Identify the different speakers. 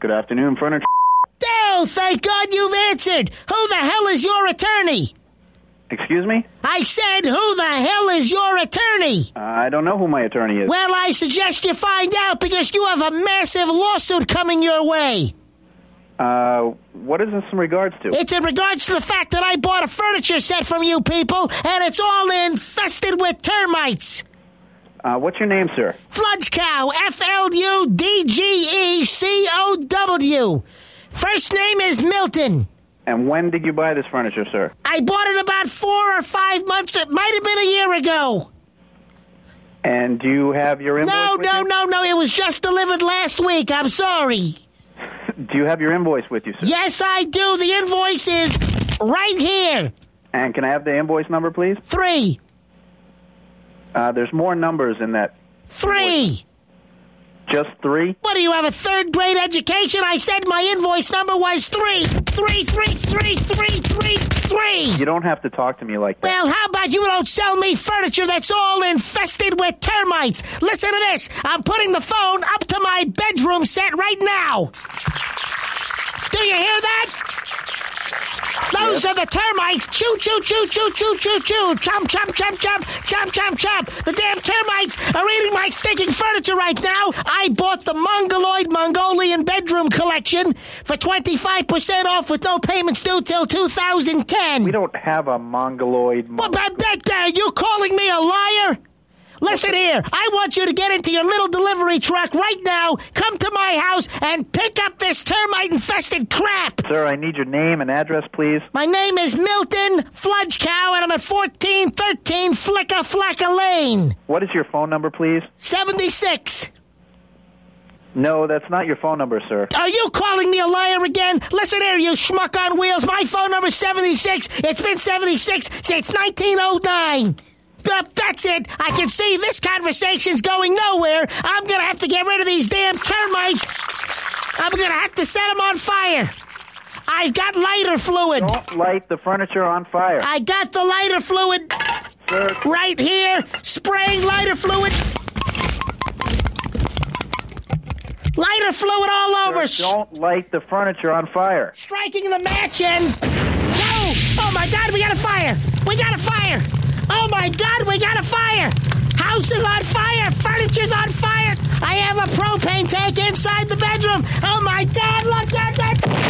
Speaker 1: Good afternoon, furniture.
Speaker 2: Oh, thank God you've answered. Who the hell is your attorney?
Speaker 1: Excuse me?
Speaker 2: I said, who the hell is your attorney?
Speaker 1: Uh, I don't know who my attorney is.
Speaker 2: Well, I suggest you find out because you have a massive lawsuit coming your way.
Speaker 1: Uh, what is this in regards to?
Speaker 2: It's in regards to the fact that I bought a furniture set from you people, and it's all infested with termites.
Speaker 1: Uh, what's your name, sir?
Speaker 2: Fludge Cow, F L U D G E C O W. First name is Milton.
Speaker 1: And when did you buy this furniture, sir?
Speaker 2: I bought it about four or five months. It might have been a year ago.
Speaker 1: And do you have your invoice?
Speaker 2: No,
Speaker 1: with
Speaker 2: no,
Speaker 1: you?
Speaker 2: no, no. It was just delivered last week. I'm sorry.
Speaker 1: Do you have your invoice with you, sir?
Speaker 2: Yes, I do. The invoice is right here.
Speaker 1: And can I have the invoice number, please?
Speaker 2: Three,
Speaker 1: Uh, there's more numbers in that.
Speaker 2: three.
Speaker 1: Just three?
Speaker 2: What do you have a third grade education? I said my invoice number was three, three, three, three, three, three, three.
Speaker 1: You don't have to talk to me like that.
Speaker 2: Well, how about you don't sell me furniture that's all infested with termites? Listen to this. I'm putting the phone up to my bedroom set right now. Do you hear that? Those are the termites. Choo, choo, choo, choo, choo, choo, choo. Chomp, chomp, chomp, chomp, chomp, chomp, chomp. The damn termites are eating my stinking furniture right now. I bought the Mongoloid Mongolian bedroom collection for 25% off with no payments due till 2010.
Speaker 1: we don't have a mongoloid. Mon-
Speaker 2: Well, but that guy, you calling me a liar? Listen here, I want you to get into your little delivery truck right now, come to my house, and pick up this termite infested crap.
Speaker 1: sir, I need your name and address, please.
Speaker 2: My name is Milton Fludge Cow, and I'm at 1413 Flicka Flacka Lane,
Speaker 1: What is your phone number, please?
Speaker 2: 76.
Speaker 1: No, that's not your phone number, sir.
Speaker 2: Are you calling me a liar again? Listen here, you schmuck on wheels. My phone number's 76. It's been 76 since 1909. But that's it. I can see this conversation's going nowhere. I'm going to have to get rid of these damn termites. I'm going to have to set them on fire. I've got lighter fluid.
Speaker 1: Don't light the furniture on fire.
Speaker 2: I got the lighter fluid
Speaker 1: sir,
Speaker 2: right here, spraying lighter fluid. Lighter fluid all over.
Speaker 1: don't light the furniture on fire.
Speaker 2: striking the match and no! Oh my God, we got a fire! We got a fire! Oh my God, we got a fire! House is on fire! Furniture's on fire! I have a propane tank inside the bedroom! Oh my God, look at that!